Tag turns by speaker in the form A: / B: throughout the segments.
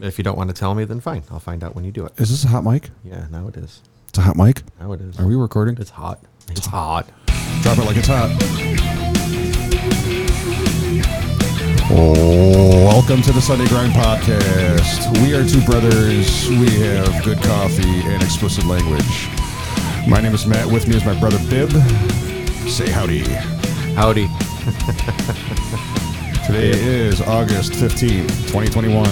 A: If you don't want to tell me, then fine. I'll find out when you do it.
B: Is this a hot mic?
A: Yeah, now it is.
B: It's a hot mic.
A: Now it is.
B: Are we recording?
A: It's hot. It's hot.
B: Drop it like it's hot. Oh, welcome to the Sunday Grind Podcast. We are two brothers. We have good coffee and explicit language. My name is Matt. With me is my brother Bib. Say howdy.
A: Howdy.
B: Today is August 15th, 2021.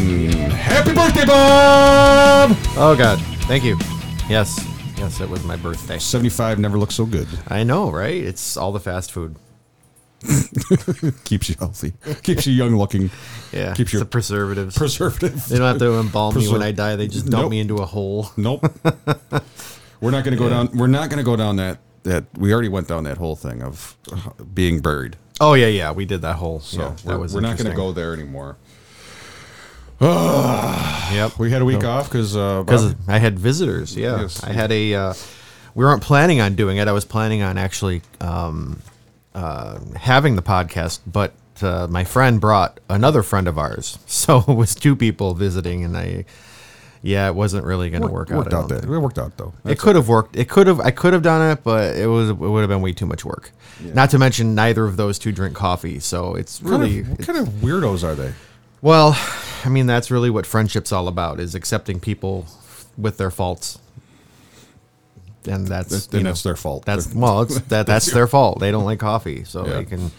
B: Happy birthday, Bob!
A: Oh God. Thank you. Yes. Yes, it was my birthday.
B: 75 never looks so good.
A: I know, right? It's all the fast food.
B: Keeps you healthy. Keeps you young looking.
A: Yeah.
B: Keeps
A: it's
B: your-
A: the preservatives.
B: Preservative.
A: they don't have to embalm me when
B: Preser-
A: I die. They just dump
B: Nope.
A: me into a hole.
B: Nope. we're not going to go down. We're not going to go down that. That we already went down that whole thing of uh, being buried.
A: Oh yeah, yeah. We did that hole.
B: So
A: yeah,
B: we're,
A: that was
B: we're not going to go
A: interesting.
B: there anymore.
A: Yep.
B: We had a week off uh, because
A: because I had visitors. Yeah,
B: Yes.
A: I had a. Uh, we weren't planning on doing it. I was planning on actually um, uh, having the podcast, but uh, my friend brought another friend of ours, so it was two people visiting, and I. Yeah, it wasn't really going to work out. I
B: worked
A: don't
B: out that
A: think.
B: it worked out though.
A: It could have worked. It could have. I could have done it, but it was. It would have been way too much work. Not to mention, neither of those two drink coffee, so it's
B: What kind of-
A: really.
B: what
A: it's-
B: kind of weirdos are they?
A: well, I mean, that's really what friendship's all about is accepting people with their faults. And that's
B: That's-
A: you
B: and
A: know,
B: that's their fault.
A: That's well, it's, that that's their fault. They don't like coffee, so
B: Yeah.
A: they can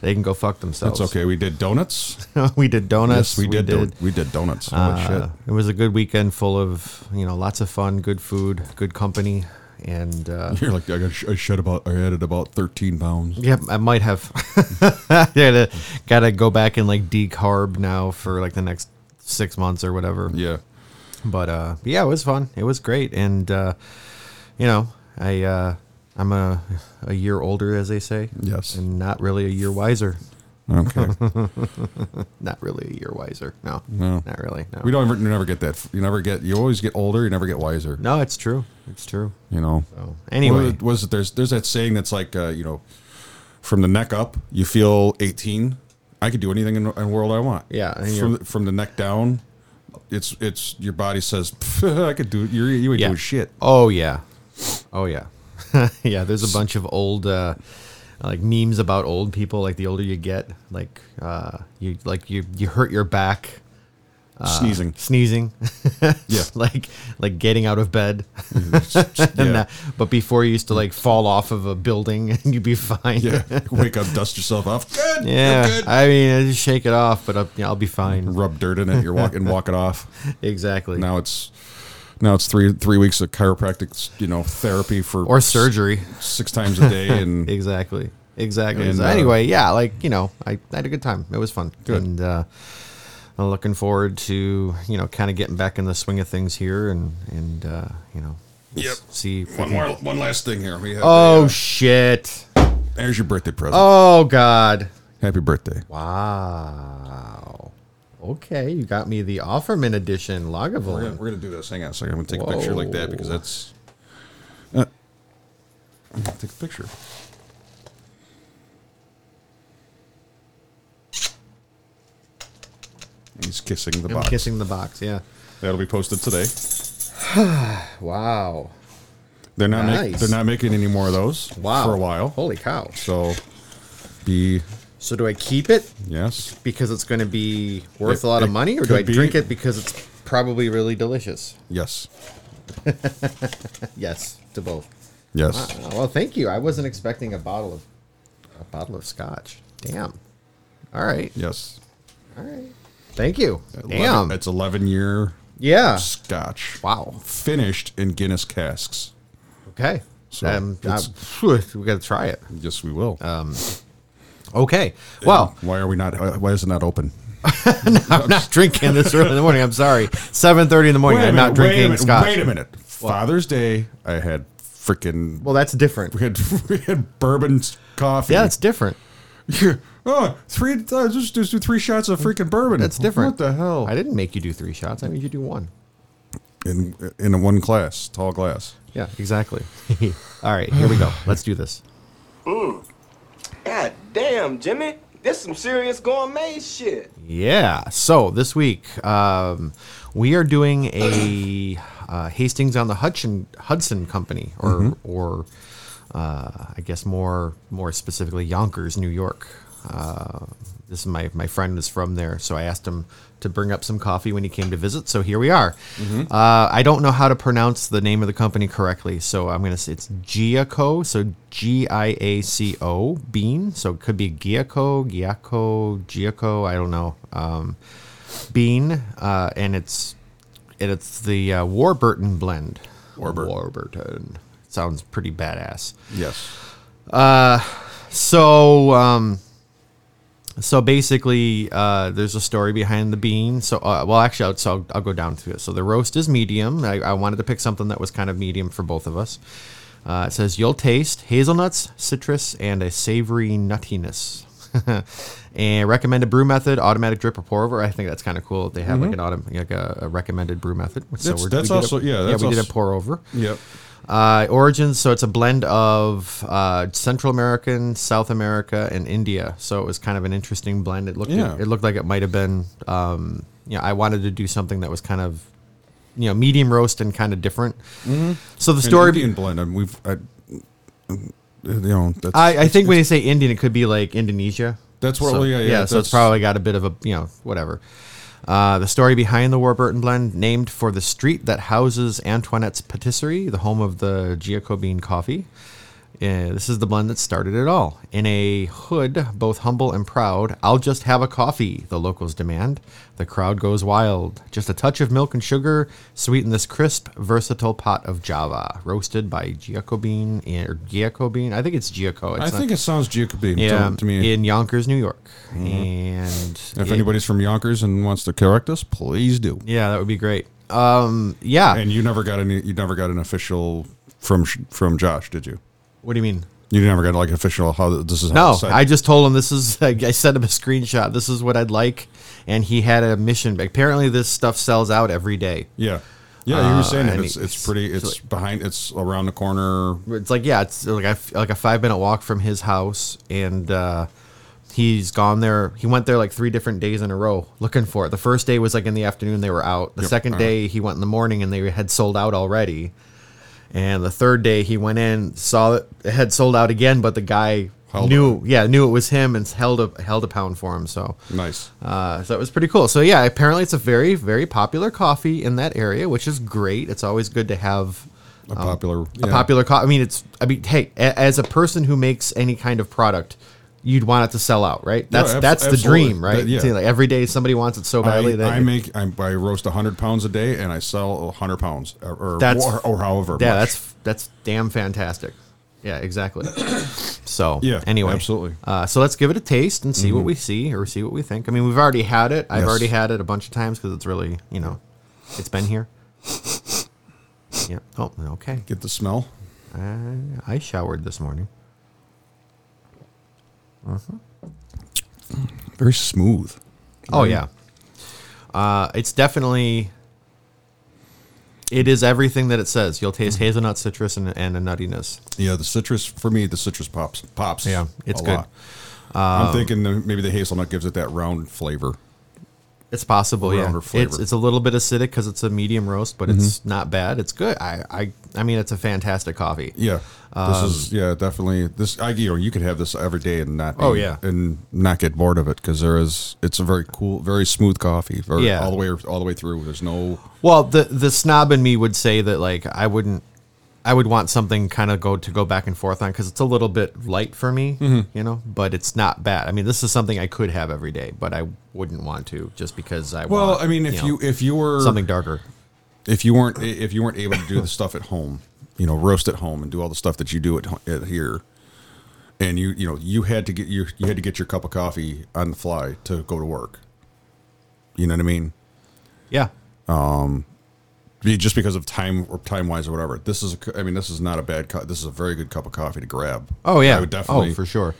A: they can go fuck themselves.
B: That's okay. We did donuts.
A: we did donuts.
B: yes, we, did. don- we did donuts. Oh
A: Uh,
B: shit!
A: It was a good weekend full of you know lots of fun, good food, good company, and uh,
B: You're like I, got sh- I shed about. I added about 13 pounds.
A: yeah, I might have gotta gotta go back and like decarb now for like the next six months or whatever.
B: Yeah.
A: but uh yeah it was fun it was great and uh you know i uh i'm a a year older as they say
B: Yes.
A: and not really a year wiser
B: Okay.
A: not really a year wiser no
B: No.
A: not really no
B: we don't ever. You never get that. You never get. You always get older. You never get wiser.
A: no it's true it's true
B: You know.
A: so anyway
B: What was it? There's there's that saying that's like uh, you know, from the neck up, you feel 18. I could do anything in the in the world I want.
A: Yeah, and
B: From
A: you're-
B: the, from the neck down, it's it's your body says "Pff, I could do. You're, you ain't
A: Yeah.
B: doing shit.
A: oh yeah oh yeah yeah there's a bunch of old uh like memes about old people like the older you get like uh you like you you hurt your back Uh,
B: Sneezing.
A: sneezing
B: Mm. Yeah.
A: like like getting out of bed
B: Yeah.
A: and that, but before you used to like fall off of a building and you'd be fine.
B: yeah. Wake up, dust yourself off. Good.
A: Yeah,
B: I'm good.
A: I mean, I just shake it off, but I'll, yeah, I'll be fine.
B: Rub dirt in it. You're walking. Walk it off.
A: Exactly.
B: Now it's. Now it's three three weeks of chiropractic, you know, therapy for
A: Or surgery.
B: s- six times a day, and
A: Exactly. Exactly.
B: And,
A: so
B: uh,
A: anyway, yeah, like you know, I, I had a good time. It was fun.
B: Good.
A: And uh, I'm looking forward to you know kind of getting back in the swing of things here and and uh, you know
B: Yep.
A: see. if we can-
B: one uh, more one last thing here. We have,
A: Oh shit!
B: there's your birthday present.
A: Oh god!
B: Happy birthday.
A: Wow. Okay, you got me the Offerman edition
B: We're gonna,
A: Lagavulin.
B: we're gonna do this. Hang on a second. I'm gonna take a picture like that because
A: Whoa.
B: that's. Uh, I'm gonna take a picture. He's kissing the
A: I'm
B: box.
A: kissing the box. Yeah.
B: That'll be posted today.
A: Wow.
B: They're not. Make,
A: Nice.
B: they're not making any more of those
A: Wow.
B: for a while.
A: Holy cow.
B: So, be
A: So do I keep it
B: yes.
A: because it's going to be worth
B: It-
A: a lot of
B: it
A: money, or
B: could
A: do I
B: be.
A: drink it because it's probably really delicious?
B: Yes.
A: Yes, to both.
B: Yes.
A: Wow, well, thank you. I wasn't expecting a bottle of a bottle of scotch. Damn. All right.
B: Yes.
A: All right. Thank you.
B: 11
A: Damn.
B: It's 11 year
A: Yeah.
B: scotch.
A: Wow.
B: Finished in Guinness casks.
A: Okay.
B: So,
A: um, I-
B: it's-
A: we got to try it.
B: Yes, we will.
A: Okay. Well,
B: why are we not? uh, Why is it not open?
A: I'm not drinking this early in the morning. I'm sorry. 7:30 in the morning.
B: Wait a
A: I'm not
B: minute, wait a
A: drinking
B: minute,
A: scotch.
B: Wait a minute. Father's Day, I had freaking.
A: Well, that's different.
B: we had we had bourbon coffee.
A: Yeah, it's different.
B: oh, three. Uh, just, just do three shots of freaking bourbon.
A: That's different.
B: What the hell?
A: I didn't make you do three shots. I made you do one.
B: in in a one glass, tall glass.
A: Yeah, exactly. All right, here we go. Let's do this.
C: God damn, Jimmy. This some serious gourmet shit.
A: Yeah. So this week um, we are doing a uh, Hastings on the Hudson Hudson Company, or
B: Mm-hmm.
A: or uh, I guess more more specifically Yonkers, New York. Uh, this is my my friend is from there, so I asked him to bring up some coffee when he came to visit. So here we are. Uh, I don't know how to pronounce the name of the company correctly, so I'm gonna say it's Giaco. So G I A C O bean. So it could be Giaco, Giaco, Giaco. I don't know. Um, bean, uh, and it's and it's the uh, Warburton blend.
B: Warburton.
A: Warburton sounds pretty badass.
B: Yes.
A: So, um, so basically, uh, there's a story behind the bean. So, uh, well, actually, I'll, so I'll, I'll go down to it. So the roast is medium. I, I wanted to pick something that was kind of medium for both of us. Uh, it says you'll taste hazelnuts, citrus, and a savory nuttiness. and recommended brew method: automatic drip or pour over. I think that's kind of cool. that They have like an autom- like a, a recommended brew method. So
B: Mm-hmm. That's-
A: we're-
B: that's
A: we did a-
B: also- yeah, that's
A: yeah, we did
B: also-
A: a pour over.
B: Yep.
A: Uh, origins, so it's a blend of uh, Central American, South America, and India. So it was kind of an interesting blend. It looked,
B: Yeah.
A: it, looked like it might have been. Um, you know, I wanted to do something that was kind of, you know, medium roast and kind of different. So the
B: Story
A: story,
B: Mm-hmm. Indian blend. I mean, we've, I, you know, that's
A: I, I think when you say Indian, it could be like Indonesia.
B: That's where-
A: so,
B: well, yeah, yeah,
A: so it's
B: that's-
A: probably got a bit of a you know whatever. Uh, the story behind the Warburton blend, named for the street that houses Antoinette's Patisserie, the home of the Giacobin coffee. Uh, this is the blend that started it all. In a hood, both humble and proud, I'll just have a coffee, the locals demand. The crowd goes wild. Just a touch of milk and sugar sweeten this crisp, versatile pot of Java, roasted by Giacobin, or Giacobin. I think it's Giaco.
B: I
A: It's not-
B: think it sounds Jacobin
A: yeah,
B: to, to me.
A: in Yonkers, New York. And
B: Mm-hmm. if
A: it-
B: anybody's from Yonkers and wants to correct us, please do.
A: yeah, that would be great. Um, yeah.
B: And you never got any. You never got an official from Sh- from Josh, did you?
A: what do you mean?
B: You never got like official how th- this is. How
A: No,
B: it's set.
A: I just told him this is. I I sent him a screenshot. This is what I'd like, and he had a mission. Apparently, this stuff sells out every day.
B: yeah, yeah. You were saying that
A: and
B: it's
A: Uh,
B: it's
A: it's-
B: pretty. It's behind. It's around the corner.
A: It's like yeah, it's like a, like a five minute walk from his house, and uh, he's gone there. He went there like three different days in a row looking for it. The first day was like in the afternoon; they were out. The
B: Yep,
A: second
B: uh-huh.
A: day he went in the morning, and they had sold out already. And the third day he went in, saw it it had sold out again, but the guy
B: Held
A: knew, yeah, knew it was him, and held a held a pound for him. So
B: Nice.
A: uh, so it was pretty cool. So yeah, apparently it's a very, very popular coffee in that area, which is great. It's always good to have
B: A popular.
A: Um, a popular coffee. I mean, it's. I mean, hey, a- as a person who makes any kind of product, you'd want it to sell out, right? That's
B: abs-
A: that's the
B: absolutely.
A: dream, right?
B: That- yeah.
A: See, like every day somebody wants it so badly
B: I,
A: that
B: I make I, I roast hundred pounds a day and I sell hundred pounds or or,
A: That's-
B: or, or however.
A: yeah,
B: much.
A: that's that's damn fantastic. Yeah, exactly. So
B: Yeah,
A: anyway,
B: absolutely. Mm-hmm.
A: Uh, so let's give it a taste and see what we see or see what we think. I mean, we've already had it. I've
B: Yes.
A: already had it a bunch of times because it's really you know, it's been here. yeah. Oh, okay.
B: get the smell.
A: I, I showered this morning.
B: Very smooth.
A: Oh yeah. Uh, it's definitely. It is everything that it says. You'll taste
B: Mm-hmm.
A: hazelnut, citrus, and, and a nuttiness.
B: Yeah, the citrus for me, the citrus pops pops.
A: Yeah, it's
B: a
A: good. Um,
B: lot. I'm thinking the, maybe the hazelnut gives it that round flavor.
A: It's possible, yeah.
B: Rounder flavor. Mm-hmm.
A: It's it's a little bit acidic because it's a medium roast, but it's not bad. It's good. I, I I mean, it's a fantastic coffee.
B: Yeah, this is yeah definitely this. I you know you could have this every day and not be,
A: Um, Oh, yeah.
B: and not get bored of it because there is it's a very cool, very smooth coffee. Very,
A: Yeah.
B: all the way all the way through. There's no
A: Well, the the snob in me would say that like I wouldn't. I would want something kind of go to go back and forth on because it's a little bit light for me,
B: Mm-hmm.
A: you know. But it's not bad. I mean, this is something I could have every day, but I wouldn't want to just because I.
B: well.
A: want,
B: I mean, if
A: know,
B: you if you were
A: something darker.
B: if you weren't if you weren't able to do the stuff at home, you know, roast at home and do all the stuff that you do at, ho- at here, and you you know you had to get your you had to get your cup of coffee on the fly to go to work. You know what I mean?
A: Yeah.
B: Be- Just because of time or time wise or whatever. This is a cu- I mean this is not a bad cup. This is a very good cup of coffee to grab.
A: Oh yeah.
B: I would definitely.
A: Oh for sure.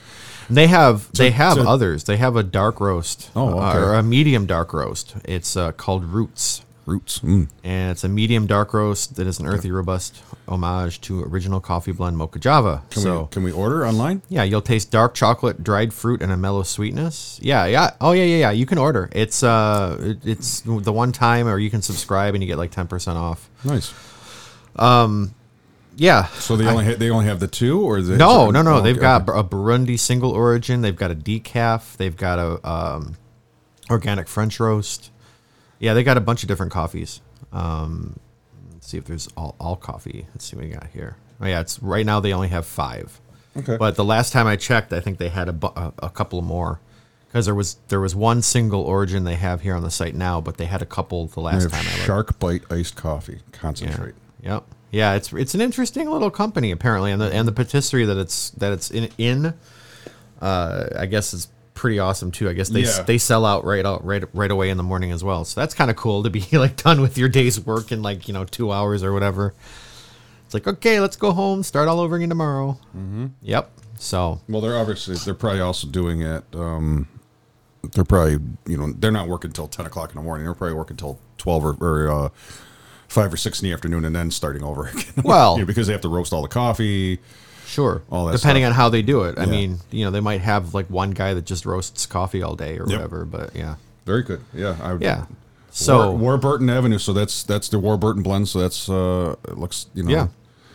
A: And They have they have
B: to-
A: others. They have a dark roast.
B: Oh,
A: uh,
B: okay.
A: or a medium dark roast. It's uh, called Roots.
B: Roots. Mm.
A: and it's a medium dark roast that is an earthy robust homage to original coffee blend mocha java.
B: Can
A: so
B: we can we order online?
A: yeah, you'll taste dark chocolate, dried fruit, and a mellow sweetness. Yeah, yeah. Oh yeah, yeah, yeah. You can order. It's uh, it- it's the one time, or you can subscribe and you get like ten percent off.
B: Nice.
A: Yeah.
B: So they only ha- they only have the two, or is it-
A: No,
B: is it-
A: no, no.
B: oh,
A: They've
B: okay,
A: got
B: okay.
A: a Burundi single origin. They've got a decaf. They've got a um, organic French roast. Yeah, they got a bunch of different coffees. Um, let's see if there's all, all coffee. Let's see what we got here. Oh yeah, it's right now they only have five.
B: Okay.
A: But the last time I checked, I think they had a, bu- a, a couple more because there was there was one single origin they have here on the site now, but they had a couple the
B: They
A: last
B: have
A: time I looked.
B: Shark Bite iced coffee concentrate.
A: Yep. Yeah, it's it's an interesting little company apparently, and the and the patisserie that it's that it's in in, uh, I guess is pretty awesome too. I guess they
B: Yeah.
A: they sell out right out right right away in the morning as well. So that's kind of cool to be like done with your day's work in like you know two hours or whatever. It's like okay, let's go home, start all over again tomorrow. Mm-hmm. Yep. So
B: Well, they're obviously they're probably also doing it. Um, they're probably you know they're not working till ten o'clock in the morning. They're probably working till twelve or, or uh, five or six in the afternoon, and then starting over again.
A: Well-
B: You know, because they have to roast all the coffee.
A: Sure.
B: all that
A: Depending
B: stuff.
A: on how they do it. I
B: Yeah.
A: mean, you know, they might have like one guy that just roasts coffee all day or
B: Yep.
A: whatever, but yeah.
B: Very good. Yeah. I would,
A: Yeah. So
B: War, Warburton Avenue. So that's that's the Warburton blend. So that's uh, it looks you know
A: yeah.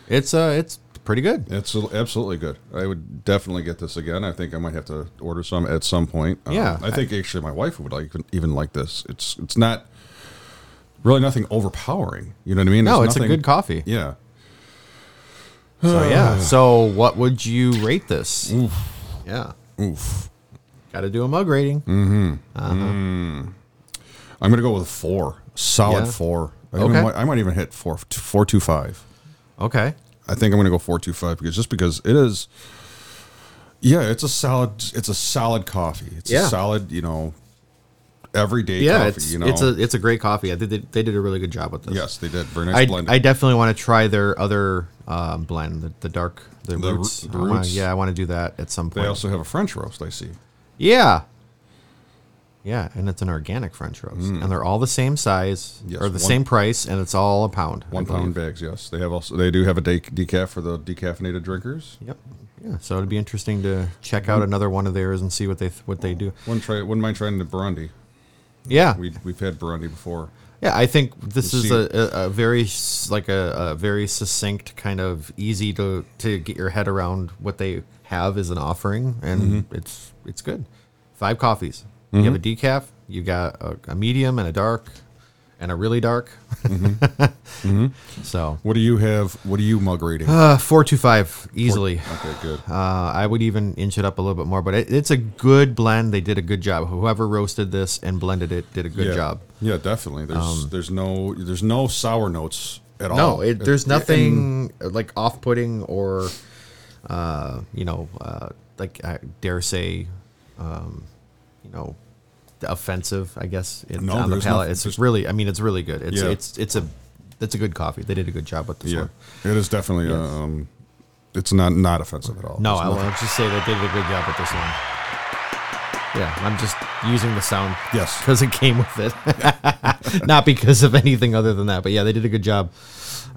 A: It's uh it's pretty good.
B: It's a- absolutely good. I would definitely get this again. I think I might have to order some at some point. Um,
A: Yeah.
B: I think actually my wife would like even like this. It's it's not really nothing overpowering. You know what I mean?
A: No,
B: There's
A: it's a
B: nothing-
A: good coffee.
B: Yeah,
A: So yeah. So what would you rate this? Yeah.
B: oof. Mm.
A: Got to do a mug rating.
B: I'm gonna go with a four, solid
A: Yeah.
B: four. I,
A: Okay.
B: even, might- I might even hit four, four two five.
A: Okay.
B: I think I'm gonna go four two five because just because it is. Yeah, it's a solid. It's a solid coffee. It's
A: Yeah.
B: a solid. You know, everyday
A: Yeah,
B: coffee.
A: it's
B: you know,
A: it's a it's a great coffee. I did they, they did a really good job with this.
B: yes, they did very nice
A: I,
B: blend.
A: I definitely want to try their other um, blend, the, the dark, the,
B: The
A: roots.
B: Ru- the
A: I wanna-
B: Roots.
A: yeah, I want to do that at some point.
B: They also have a French roast, I see.
A: Yeah. Yeah, and it's an organic French roast, and they're all the same size
B: Mm. Yes,
A: or the
B: one-
A: same price, and it's all a pound. I
B: One
A: believe.
B: pound bags, yes. They have also they do have a de- decaf for the decaffeinated drinkers.
A: Yep. Yeah, so it'd be interesting to check out another one of theirs and see what they what they do.
B: One try wouldn't mind trying the brandy.
A: Yeah,
B: We we've had brandy before.
A: yeah. I think this
B: We'll
A: is
B: see.
A: a, a, a very s- like a, a very succinct kind of easy to to get your head around what they have as an offering, and
B: Mm-hmm.
A: it's it's good. Five coffees. You have a decaf. You got a, a medium and a dark, and a really dark.
B: Mm-hmm.
A: So
B: What do you have? What do you mug rating?
A: uh, four two five easily.
B: okay, good.
A: Uh, I would even inch it up a little bit more, but it, it's a good blend. They did a good job. Whoever roasted this and blended it did a good
B: yeah.
A: job. Um,
B: Yeah, definitely. There's there's no there's no sour notes at all.
A: No, it, there's nothing uh, like off-putting or, uh, you know, uh, like I dare say, um, you know, offensive. I guess in,
B: No,
A: on the
B: there's
A: palate.
B: nothing-
A: it's
B: there's-
A: really, I mean, it's really good. It's
B: Yeah.
A: it's it's a it's a good coffee. They did a good job with this
B: Yeah,
A: one.
B: it is definitely um, it's not not offensive at all.
A: No,
B: There's
A: I
B: nothing-
A: will just say they did a good job with this one. Yeah, I'm just using the sound.
B: Yes.
A: Because it came with it. Not because of anything other than that. But yeah, they did a good job.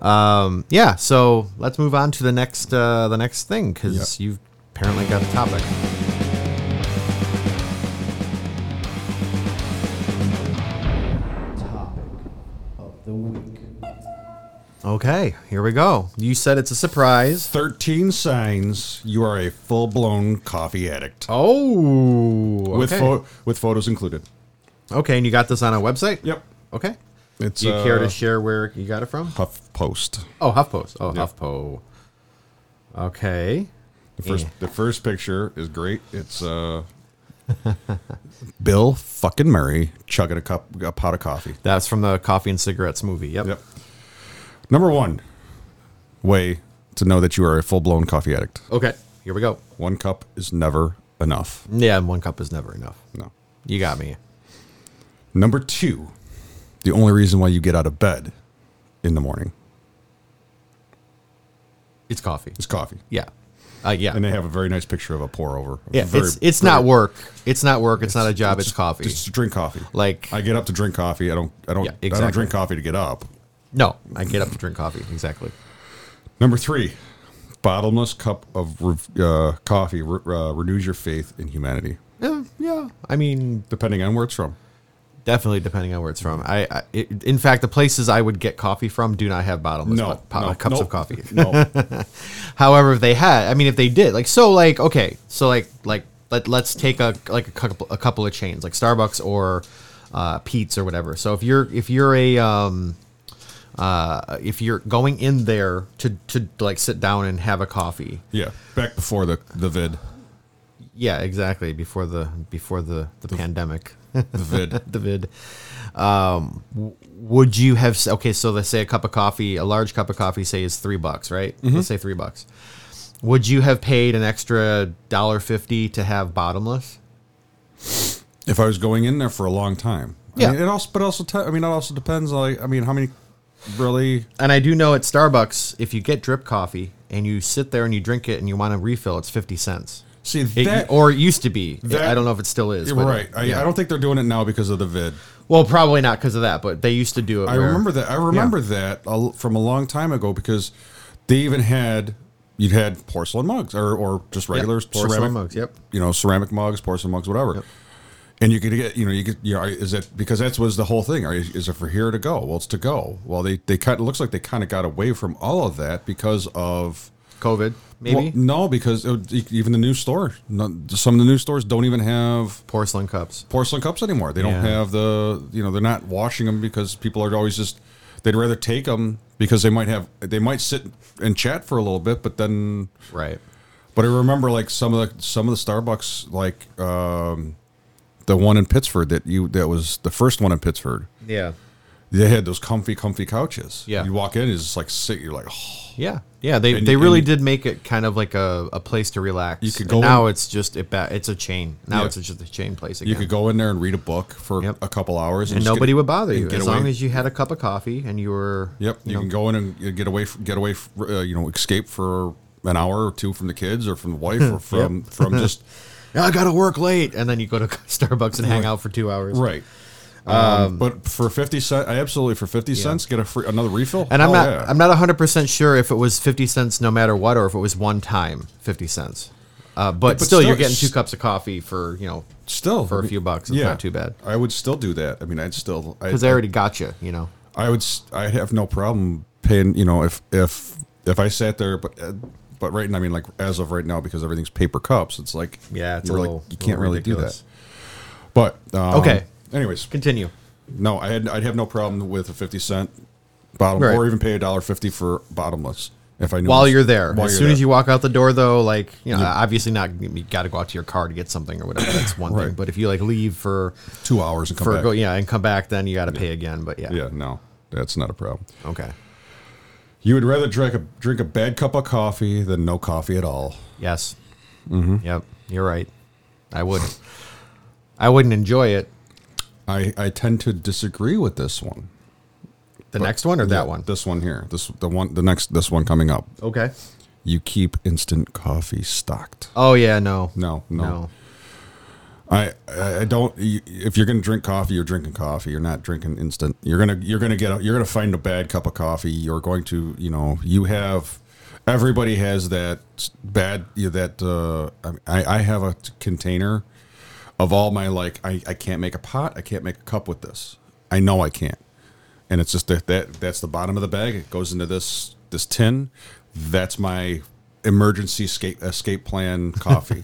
A: Um, yeah, so let's move on to the next uh, the next thing because you've apparently got a topic. Okay, here we go. You said it's a surprise.
B: Thirteen signs you are a full blown coffee addict
A: Oh, okay.
B: with pho- with photos included.
A: okay, and you got this on a website.
B: Yep,
A: Okay.
B: it's
A: Do you care
B: uh,
A: to share where you got it from?
B: Huff Post.
A: Oh, HuffPost. Oh,
B: Yeah.
A: HuffPo. Okay.
B: The first
A: Yeah.
B: the first picture is great. It's uh Bill fucking Murray chugging a cup a pot of coffee.
A: That's from the Coffee and Cigarettes movie. Yep.
B: Yep. Number one way to know that you are a full blown coffee addict.
A: Okay. Here we go.
B: One cup is never enough.
A: Yeah, and one cup is never enough.
B: No.
A: You got me.
B: Number two, the only reason why you get out of bed in the morning
A: It's coffee.
B: is coffee.
A: Yeah. Uh, yeah.
B: And they have a very nice picture of a pour over.
A: Yeah,
B: Very-
A: it's it's not work. It's not work. It's, not a job. It's, coffee.
B: Just to drink coffee.
A: Like-
B: I get up to drink coffee. I don't. I don't.
A: Yeah,
B: I
A: exactly.
B: don't drink coffee to get up.
A: no, I get up to drink coffee. Exactly.
B: Number three, bottomless cup of re- uh, coffee re- uh, renews your faith in humanity,
A: Yeah, yeah. I mean,
B: depending on where it's from.
A: definitely depending on where it's from. I, I it, in fact, the places I would get coffee from do not have bottomless
B: No,
A: po- po-
B: no,
A: cups
B: nope,
A: of coffee.
B: No,
A: However, if they had, I mean, if they did, like, so, like, okay, so, like, like, let, let's take a like a couple a couple of chains like Starbucks or uh, Pete's or whatever. So if you're if you're a um, uh, if you're going in there to to like sit down and have a coffee,
B: yeah. Back before the the vid,
A: yeah, exactly before the before the the, pandemic,
B: the vid.
A: the vid. Um, w- would you have s- okay? So let's say a cup of coffee, a large cup of coffee, say is three bucks, right?
B: Mm-hmm.
A: Let's say three bucks. Would you have paid an extra dollar fifty to have bottomless?
B: if I was going in there for a long time, I
A: Yeah.
B: mean, it also, but also, te- I mean, it also depends. Like, I mean, how many really?
A: And I do know at Starbucks, if you get drip coffee and you sit there and you drink it and you want to refill, it's fifty cents.
B: See
A: It,
B: that?
A: or it used to be.
B: that-
A: I don't know if it still is.
B: you're
A: but,
B: right. I,
A: yeah.
B: I don't think they're doing it now because of the vid.
A: Well, probably not because of that, but they used to do it.
B: I
A: where-
B: remember that. I remember that a l- from a long time ago because they even had you'd had porcelain mugs or, or just
A: Yep,
B: regular
A: porcelain
B: ceramic
A: mugs. Yep.
B: you know, ceramic mugs, porcelain mugs, whatever. And you could get, you know, you could, you know, are- is it because that's was the whole thing? Are, is it for here to go? Well, it's to go. Well, they they kind it looks like they kind of got away from all of that because of
A: COVID, maybe
B: Well, no, because it, would- e, even the new store, none- some of the new stores don't even have
A: porcelain cups.
B: porcelain cups anymore. They don't
A: Yeah.
B: have the you know they're not washing them because people are always just they'd rather take them because they might have they might sit and chat for a little bit, but then
A: Right.
B: but I remember like some of the some of the Starbucks like um, the one in Pittsford that you that was the first one in Pittsford.
A: Yeah.
B: They had those comfy, comfy couches.
A: Yeah.
B: you walk in, it's just like sit. You're like, oh,
A: Yeah, yeah, they,
B: And-
A: they really
B: and-
A: did make it kind of like a, a place to relax.
B: You could
A: And
B: go
A: now.
B: in-
A: it's just it ba- it's a chain. Now
B: Yeah.
A: it's just a chain place again.
B: you could go in there and read a book for
A: Yep.
B: a couple hours,
A: and
B: just
A: nobody
B: get-
A: would bother
B: and
A: you
B: get
A: as
B: away.
A: long as you had a cup of coffee and you were.
B: Yep, you,
A: know,
B: can go in and you get away, from, get away, f- uh, you know, escape for an hour or two from the kids or from the wife or from from just
A: I got to work late, and then you go to Starbucks and hang out for two hours.
B: right. Um, but for fifty cent, I absolutely for fifty cents get a free another refill.
A: And I'm
B: Hell
A: not
B: Oh, yeah.
A: I'm not 100 percent sure if it was 50 cents no matter what, or if it was one time 50 cents. Uh, but,
B: But
A: still,
B: still,
A: you're getting
B: it's-
A: two cups of coffee for you know
B: still
A: for a few bucks. It's not too bad
B: I would still do that. I mean, I'd still I,
A: because they already got you. You know.
B: I would s- I'd have no problem paying. You know, if if if I sat there, but. Uh, but right now, I mean, like as of right now, because everything's paper cups, it's like
A: Yeah, it's a
B: you're
A: little-
B: like, you can't
A: little
B: really
A: ridiculous.
B: do that. But um,
A: Okay.
B: anyways,
A: Continue.
B: No, I had, I'd have no problem with a fifty cent bottom,
A: Right.
B: or even pay a dollar fifty for bottomless if I knew
A: while you're there.
B: While
A: as
B: you're
A: soon as
B: there.
A: you walk out the door, though, like you know, obviously not. You got to go out to your car to get something or whatever. That's one thing.
B: Right.
A: But if you like leave for
B: two hours and come
A: for
B: back.
A: go, yeah, and come back, then you got to pay again. But yeah,
B: yeah, no, that's not a problem.
A: okay,
B: You would rather drink a drink a bad cup of coffee than no coffee at all.
A: yes, mm-hmm. yep, you're right. I would, I wouldn't enjoy it.
B: I, I tend to disagree with this one.
A: The next one or that one?
B: This one here. This the one the next this one coming up.
A: Okay.
B: You keep instant coffee stocked.
A: Oh yeah, no,
B: No, no.
A: no.
B: I, I I don't. you- If you're gonna drink coffee, you're drinking coffee. You're not drinking instant. You're gonna you're gonna get a, you're gonna find a bad cup of coffee. You're going to you know you have everybody has that s- bad you know, that uh, I I have a t- container of all my like I I can't make a pot. I can't make a cup with this. I know I can't. And it's just that, that that's the bottom of the bag. It goes into this this tin. That's my emergency escape escape plan coffee.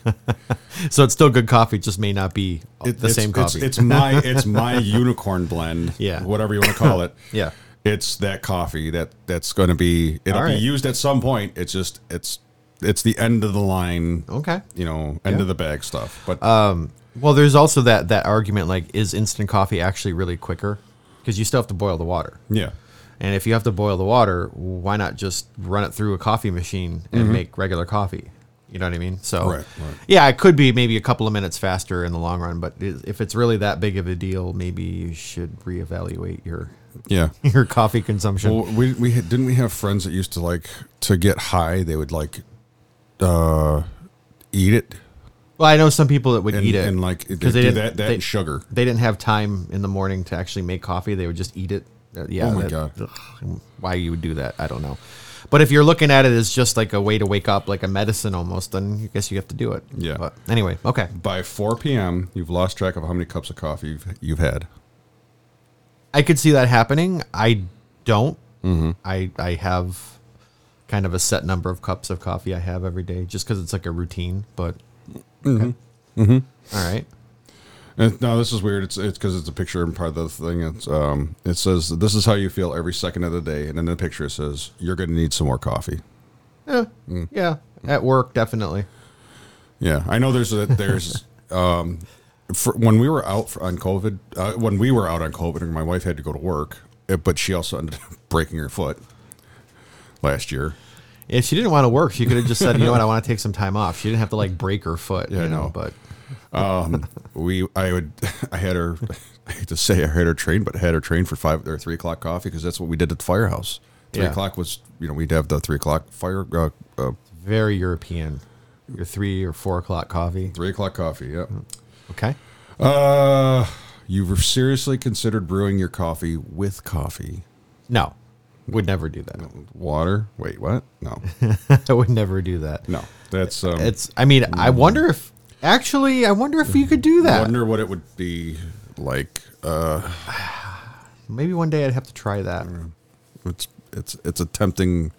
A: So it's still good coffee, just may not be
B: It-
A: the
B: it's-
A: same
B: it's-
A: coffee.
B: It's, my it's my unicorn blend.
A: Yeah.
B: whatever you want to call it.
A: Yeah.
B: it's that coffee that that's going to be it'll
A: All
B: be
A: right.
B: used at some point. It's just it's it's the end of the line.
A: okay.
B: You know, end of the bag stuff. But
A: Uh, Well, there's also that that argument like, is instant coffee actually really quicker? Because you still have to boil the water.
B: yeah,
A: And if you have to boil the water, why not just run it through a coffee machine and make regular coffee? You know what I mean? So,
B: Mm-hmm. Right, right.
A: yeah, it could be maybe a couple of minutes faster in the long run, but i- if it's really that big of a deal, maybe you should reevaluate your
B: yeah.
A: your coffee consumption.
B: Well, we we had, didn't we have friends that used to like to get high. They would like uh, eat it
A: Well, I know some people that would
B: and,
A: eat it
B: and like they do
A: 'cause they didn't-
B: that that
A: they-
B: and sugar.
A: They didn't have time in the morning to actually make coffee. They would just eat it. Uh, yeah.
B: Oh my
A: that-
B: God.
A: ugh, why you would do that, I don't know. But if you're looking at it as just like a way to wake up, like a medicine almost, then I guess you have to do it.
B: Yeah.
A: But anyway, okay.
B: By 4 p.m., you've lost track of how many cups of coffee you've, you've had.
A: I could see that happening. I don't.
B: Mm-hmm.
A: I I have kind of a set number of cups of coffee I have every day, just because it's like a routine. But
B: Mm-hmm.
A: okay. All right.
B: And no, this is weird. It's it's because it's a picture and part of the thing. It's um, it says this is how you feel every second of the day, and in the picture it says you're going to need some more coffee.
A: Yeah. Yeah. At work, definitely.
B: Yeah, I know there's a, there's um, for, when we were out for, on COVID, uh, when we were out on COVID, and my wife had to go to work, eh, but she also ended up breaking her foot last year.
A: If she didn't want to work, she could have just said, "You know what? I want to take some time off." She didn't have to like break her foot.
B: Yeah, I
A: you know,
B: know.
A: But
B: We I would I had her I hate to say I had her trained, but I had her trained for five or three o'clock coffee because that's what we did at the firehouse. Three
A: Yeah.
B: o'clock was you know we'd have the three o'clock fire uh, uh,
A: very European. Your three or four o'clock coffee.
B: three o'clock coffee. Yeah.
A: Okay.
B: Uh, you've seriously considered brewing your coffee with coffee.
A: No, would never do that.
B: water. Wait, what? No,
A: I would never do that.
B: no. That's um,
A: It's. I mean, I wonder if actually, I wonder if you could do
B: I
A: that.
B: wonder what it would be like. Uh,
A: Maybe one day I'd have to try that
B: it's it's it's a tempting.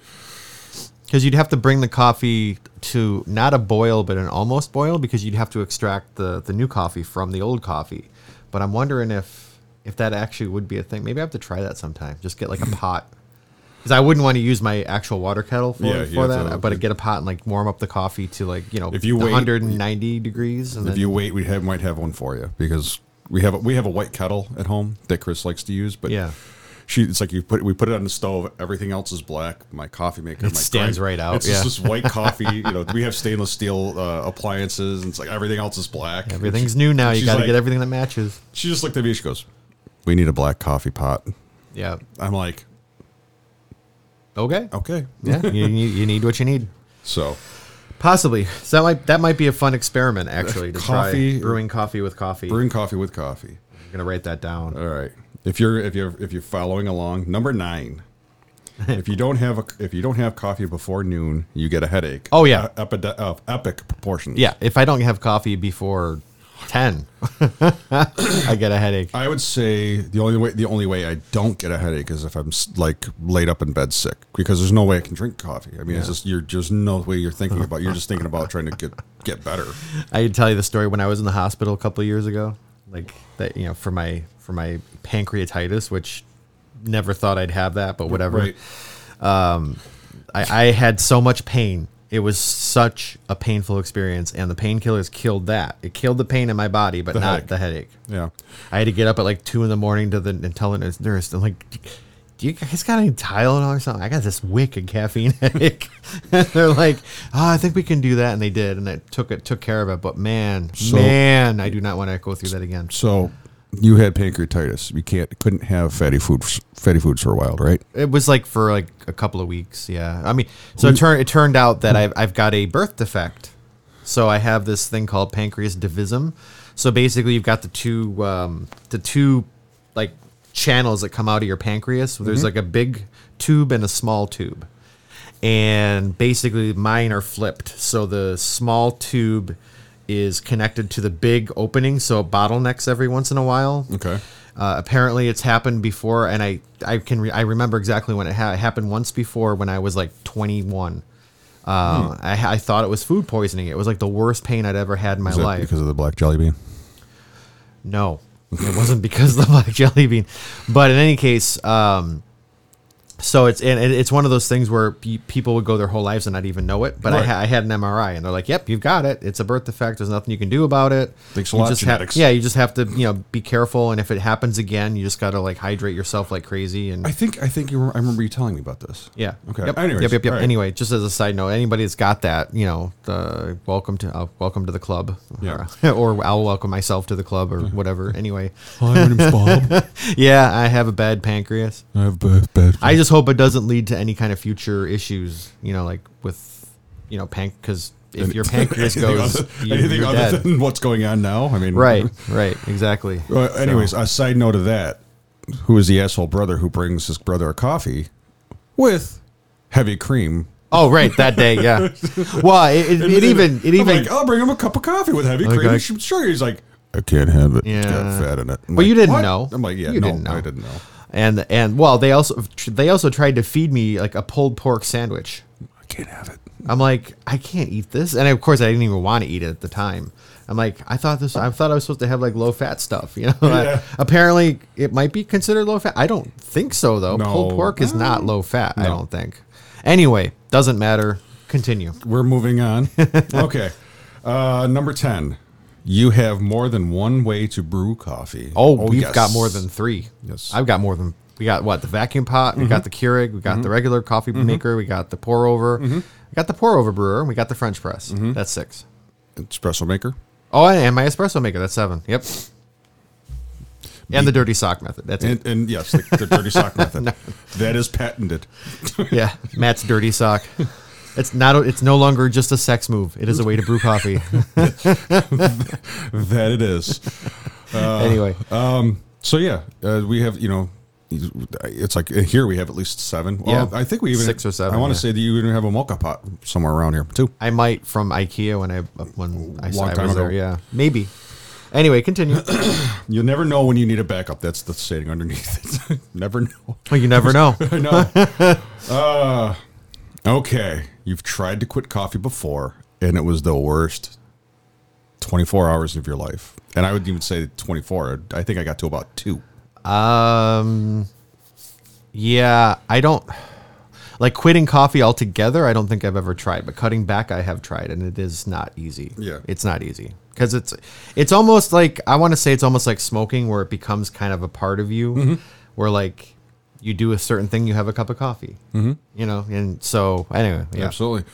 A: because you'd have to bring the coffee to not a boil but an almost boil because you'd have to extract the the new coffee from the old coffee. But I'm wondering if if that actually would be a thing. Maybe I have to try that sometime. Just get like a pot. Because I wouldn't want to use my actual water kettle for,
B: Yeah, you
A: for
B: have
A: that,
B: to-
A: but I'd get a pot and like warm up the coffee to like you know
B: If you wait-
A: 190 degrees. And
B: If
A: then,
B: you wait, we have, might have one for you because we have a, we have a white kettle at home that Chris likes to use, but
A: Yeah.
B: She, it's like you put we put it on the stove. Everything else is black. My coffee maker,
A: It
B: my
A: stands right out,
B: It's just
A: yeah.
B: this white coffee. You know, we have stainless steel uh, appliances, and it's like everything else is black.
A: everything's new now. You
B: she's
A: got to
B: like-
A: get everything that matches.
B: She just looked at me. She goes, "We need a black coffee pot."
A: Yeah.
B: I'm like,
A: Okay.
B: "Okay,
A: yeah. You need, you need what you need.
B: So
A: Possibly. So that might that might be a fun experiment actually to
B: Uh, Coffee-
A: try brewing coffee with coffee.
B: brewing coffee with coffee.
A: I'm gonna write that down.
B: All right. If you're if you're if you're following along, number nine. if you don't have a if you don't have coffee before noon, you get a headache.
A: Oh, yeah.
B: Uh, epide- of epic proportions.
A: yeah. If I don't have coffee before ten, I get a headache.
B: I would say the only way the only way I don't get a headache is if I'm s- like laid up in bed sick because there's no way I can drink coffee. I mean, it's just you're just no way you're thinking about. You're just thinking about trying to get get better.
A: I could tell you the story when I was in the hospital a couple of years ago, like that you know for my for my pancreatitis, which never thought I'd have that, but whatever.
B: Right.
A: I, I had so much pain. It was such a painful experience, and the painkillers killed that. It killed the pain in my body, but not
B: headache.
A: the headache.
B: Yeah.
A: I had to get up at like two in the morning to the and tell the nurse, I'm like, "Do you guys got any Tylenol or something? I got this wicked caffeine headache." and they're like, "Oh, I think we can do that," and they did, and it took it took care of it. But man,
B: So-
A: man, I do not want to go through that again.
B: So you had pancreatitis. You can't couldn't have fatty foods fatty foods for a while, right?
A: It was like for like a couple of weeks. Yeah, I mean, so it turned it turned out that I've I've got a birth defect, so I have this thing called pancreas divism. So basically, you've got the two um, the two like channels that come out of your pancreas. There's like a big tube and a small tube, and basically mine are flipped. So the small tube is connected to the big opening, so it bottlenecks every once in a while.
B: Okay.
A: Uh, apparently, it's happened before, and I I can re- I remember exactly when it, ha- it happened once before when I was like 21. Um, I, I thought it was food poisoning. It was like the worst pain I'd ever had in my
B: Is that
A: life.
B: because of the black jelly bean?
A: No, it wasn't because of the black jelly bean. But in any case, um, so it's and it- it's one of those things where pe- people would go their whole lives and not even know it. But I,
B: Right.
A: ha- I had an MRI, and they're like, "Yep, you've got it. It's a birth defect. There's nothing you can do about it.
B: Thanks a
A: you
B: lot,
A: just ha-
B: genetics.
A: yeah, you just have to you know be careful, and if it happens again, you just got to like hydrate yourself like crazy and
B: I think I think you. Were, I remember you telling me about this.
A: yeah.
B: Okay.
A: Yep.
B: Anyways,
A: yep. Yep. yep.
B: all right.
A: Anyway, just as a side note, anybody that's got that, you know, the welcome to uh, welcome to the club.
B: Yeah. Mm-hmm.
A: or I'll welcome myself to the club or whatever. Anyway,
B: Hi, my name's Bob.
A: yeah, I have a bad pancreas.
B: I have bad. bad
A: I just hope it doesn't lead to any kind of future issues, you know, like with you know, panc because if your pancreas goes, you,
B: anything
A: you're
B: other
A: dead.
B: than what's going on now? I mean,
A: right, right, exactly.
B: Well, anyways, a side note of that: who is the asshole brother who brings his brother a coffee with heavy cream?
A: Oh, right, that day, yeah. Well, it, it, it even it
B: I'm
A: even
B: like, "Oh, I'll bring him a cup of coffee with heavy
A: Like,
B: cream.
A: I-
B: He's sure, he's like, I can't have it. It's
A: Yeah.
B: got fat in it. I'm
A: Well, you
B: like,
A: didn't
B: "What?"
A: know.
B: I'm like, yeah,
A: You
B: no,
A: didn't know.
B: I didn't know.
A: and and well, they also they also tried to feed me like a pulled pork sandwich.
B: I can't have it.
A: I'm like, I can't eat this, and of course, I didn't even want to eat it at the time. I'm like, I thought this. I thought I was supposed to have like low fat stuff. You know,
B: Yeah.
A: apparently it might be considered low fat. I don't think so though.
B: No.
A: Pulled pork is not low fat. I
B: No.
A: don't think. Anyway, doesn't matter. Continue.
B: We're moving on. okay, uh, number ten. You have more than one way to brew coffee.
A: Oh, we've
B: yes.
A: got more than three.
B: Yes. Mm-hmm.
A: I've got more than we got what the vacuum pot. We got the Keurig. We got the regular coffee maker. We got the pour over.
B: Mm-hmm.
A: We got the pour over brewer. and We got the French press. That's six.
B: espresso maker.
A: Oh, and, and my espresso maker. That's seven. Yep. And the dirty sock method. That's
B: And, and yes, the, the dirty sock method. That is patented.
A: it. Yeah, Matt's dirty sock. It's not. a- It's no longer just a sex move. It is a way to brew coffee.
B: That it is. Uh,
A: anyway,
B: So yeah, uh, we have you know, it's like uh, here we have at least seven. Well,
A: Yeah.
B: I think we even
A: Six or seven,
B: I want to
A: yeah.
B: say that you even have a mocha pot somewhere around here too.
A: I might from IKEA when I when I,
B: Long
A: I
B: time
A: was
B: ago.
A: there. Yeah, maybe. Anyway, continue.
B: You never know when you need a backup. That's the saying underneath it. never know.
A: well, you never know.
B: I know. uh, okay, you've tried to quit coffee before, and it was the worst twenty four hours of your life. And I wouldn't even say twenty four. I think I got to about two.
A: Um, yeah, I don't like quitting coffee altogether. I don't think I've ever tried, but cutting back, I have tried, and it is not easy.
B: Yeah.
A: it's not easy because it's it's almost like I want to say it's almost like smoking, where it becomes kind of a part of you, where like you do a certain thing, you have a cup of coffee, mm-hmm. you know, and so anyway, yeah,
B: Absolutely.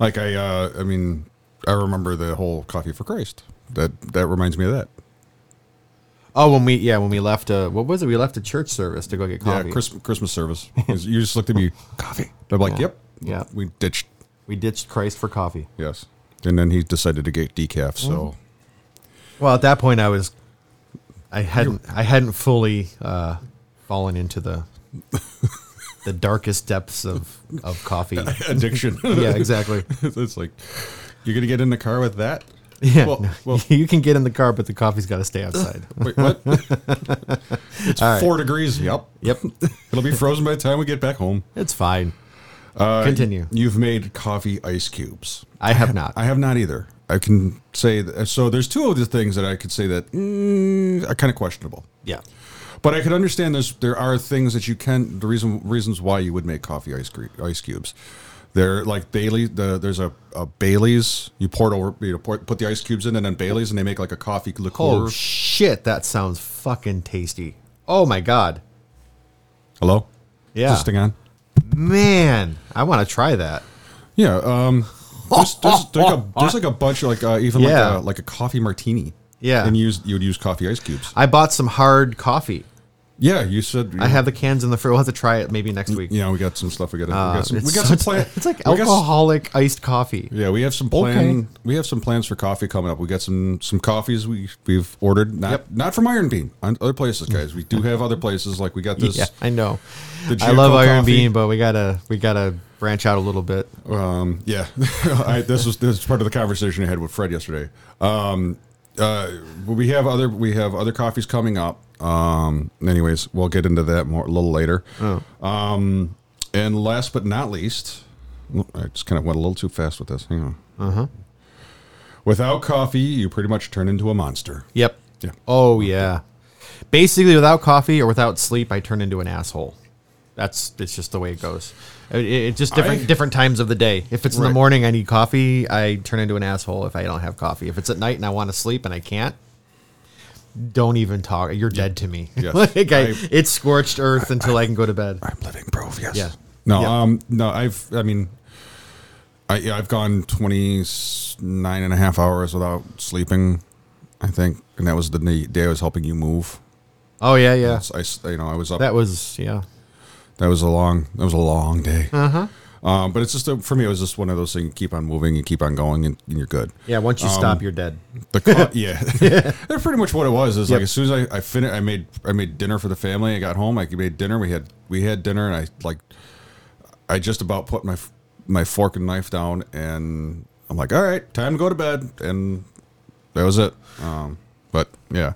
B: Like I, uh, I mean, I remember the whole Coffee for Christ. That that reminds me of that.
A: Oh, when we yeah when we left uh what was it? We left a church service to go get coffee.
B: Yeah, Christmas, Christmas service. you just looked at me, coffee. I'm like,
A: Yeah.
B: yep,
A: Yeah.
B: We ditched.
A: we ditched Christ for coffee.
B: Yes, and then he decided to get decaf. So
A: Well, at that point, I was, I hadn't, I hadn't fully uh, fallen into the the darkest depths of of coffee.
B: addiction.
A: Mm-hmm. Yeah, exactly.
B: it's like you're gonna get in the car with that.
A: Yeah,
B: Well,
A: no,
B: well-
A: you can get in the car, but the coffee's got to stay outside.
B: Wait, what? it's four degrees. Yep.
A: yep,
B: It'll be frozen by the time we get back home.
A: it's fine.
B: Uh,
A: Continue.
B: You've made coffee ice cubes.
A: I have not.
B: I have not either. I can say that, so. There's two of the things that I could say that mm, are kind of questionable,
A: yeah,
B: but I could understand. There's there are things that you can the reason reasons why you would make coffee ice cre- ice cubes. They're like Bailey. The, there's a, a Bailey's. You pour it over. You know, pour, put the ice cubes in, and then Bailey's, and they make like a coffee liqueur.
A: oh shit, that sounds fucking tasty. Oh my god,
B: Hello.
A: Yeah.
B: Is this thing on?
A: man, I want to try that.
B: Yeah. Um. There's, there's, there's, like, a, there's like a bunch of like uh, even
A: Yeah.
B: like a, like a coffee martini.
A: Yeah.
B: And use you would use coffee ice cubes.
A: I bought some hard coffee.
B: Yeah. You said
A: I have the cans in the fridge. We'll have to try it maybe next week.
B: Yeah, we got some stuff. We got. we
A: Uh,
B: got some.
A: it's
B: We got
A: so-
B: some plan-
A: It's like
B: we got s-
A: alcoholic iced coffee.
B: yeah, we have some plan.
A: Okay.
B: We have some plans for coffee coming up. We got some some coffees we we've ordered. Not not from Iron Beam. On other places, guys. We do have other places. Like we got this.
A: Mm. Yeah, I know.
B: The
A: I love
B: Jericho
A: Iron
B: coffee.
A: Bean, but we gotta we gotta branch out a little bit.
B: Um, yeah, I, this was this was part of the conversation I had with Fred yesterday. Um, uh, we have other we have other coffees coming up. Um, anyways, we'll get into that more a little later. Um, and last but not least, oh, I just kind of went a little too fast with this. Hang on. Uh-huh. Without coffee, you pretty much turn into a monster.
A: Yep.
B: Yeah.
A: Oh yeah. Basically, without coffee or without sleep, I turn into an asshole. That's it's just the way it goes. It, it- it's just different
B: I-
A: different times of the day. If it's in
B: Right.
A: the morning, I need coffee. I turn into an asshole if I don't have coffee. If it's at night and I want to sleep and I can't. Don't even talk. You're dead to me.
B: Yes.
A: like I,
B: I-
A: it's scorched earth until I, can go to bed.
B: I'm living proof. Yes.
A: Yeah.
B: No.
A: Yeah.
B: Um. No. I've. I mean. I, yeah, I've gone 29 and a half hours without sleeping, I think. And that was the na- day I was helping you move.
A: Oh yeah, yeah.
B: So I, s- you know, I was up.
A: That was yeah.
B: That was a long, that was a long day. Uh-huh. Um, but it's just a, for me, it was just one of those things. You keep on moving and keep on going, and, and you're good.
A: Yeah, once you
B: Um,
A: stop, you're dead.
B: The co- yeah, that's pretty much what it was. Is
A: Yep.
B: like as soon as I I finished, I made I made dinner for the family. I got home. I made dinner. We had we had dinner, and I like I just about put my f- my fork and knife down, and I'm like, all right, time to go to bed, and that was it. Um, but yeah,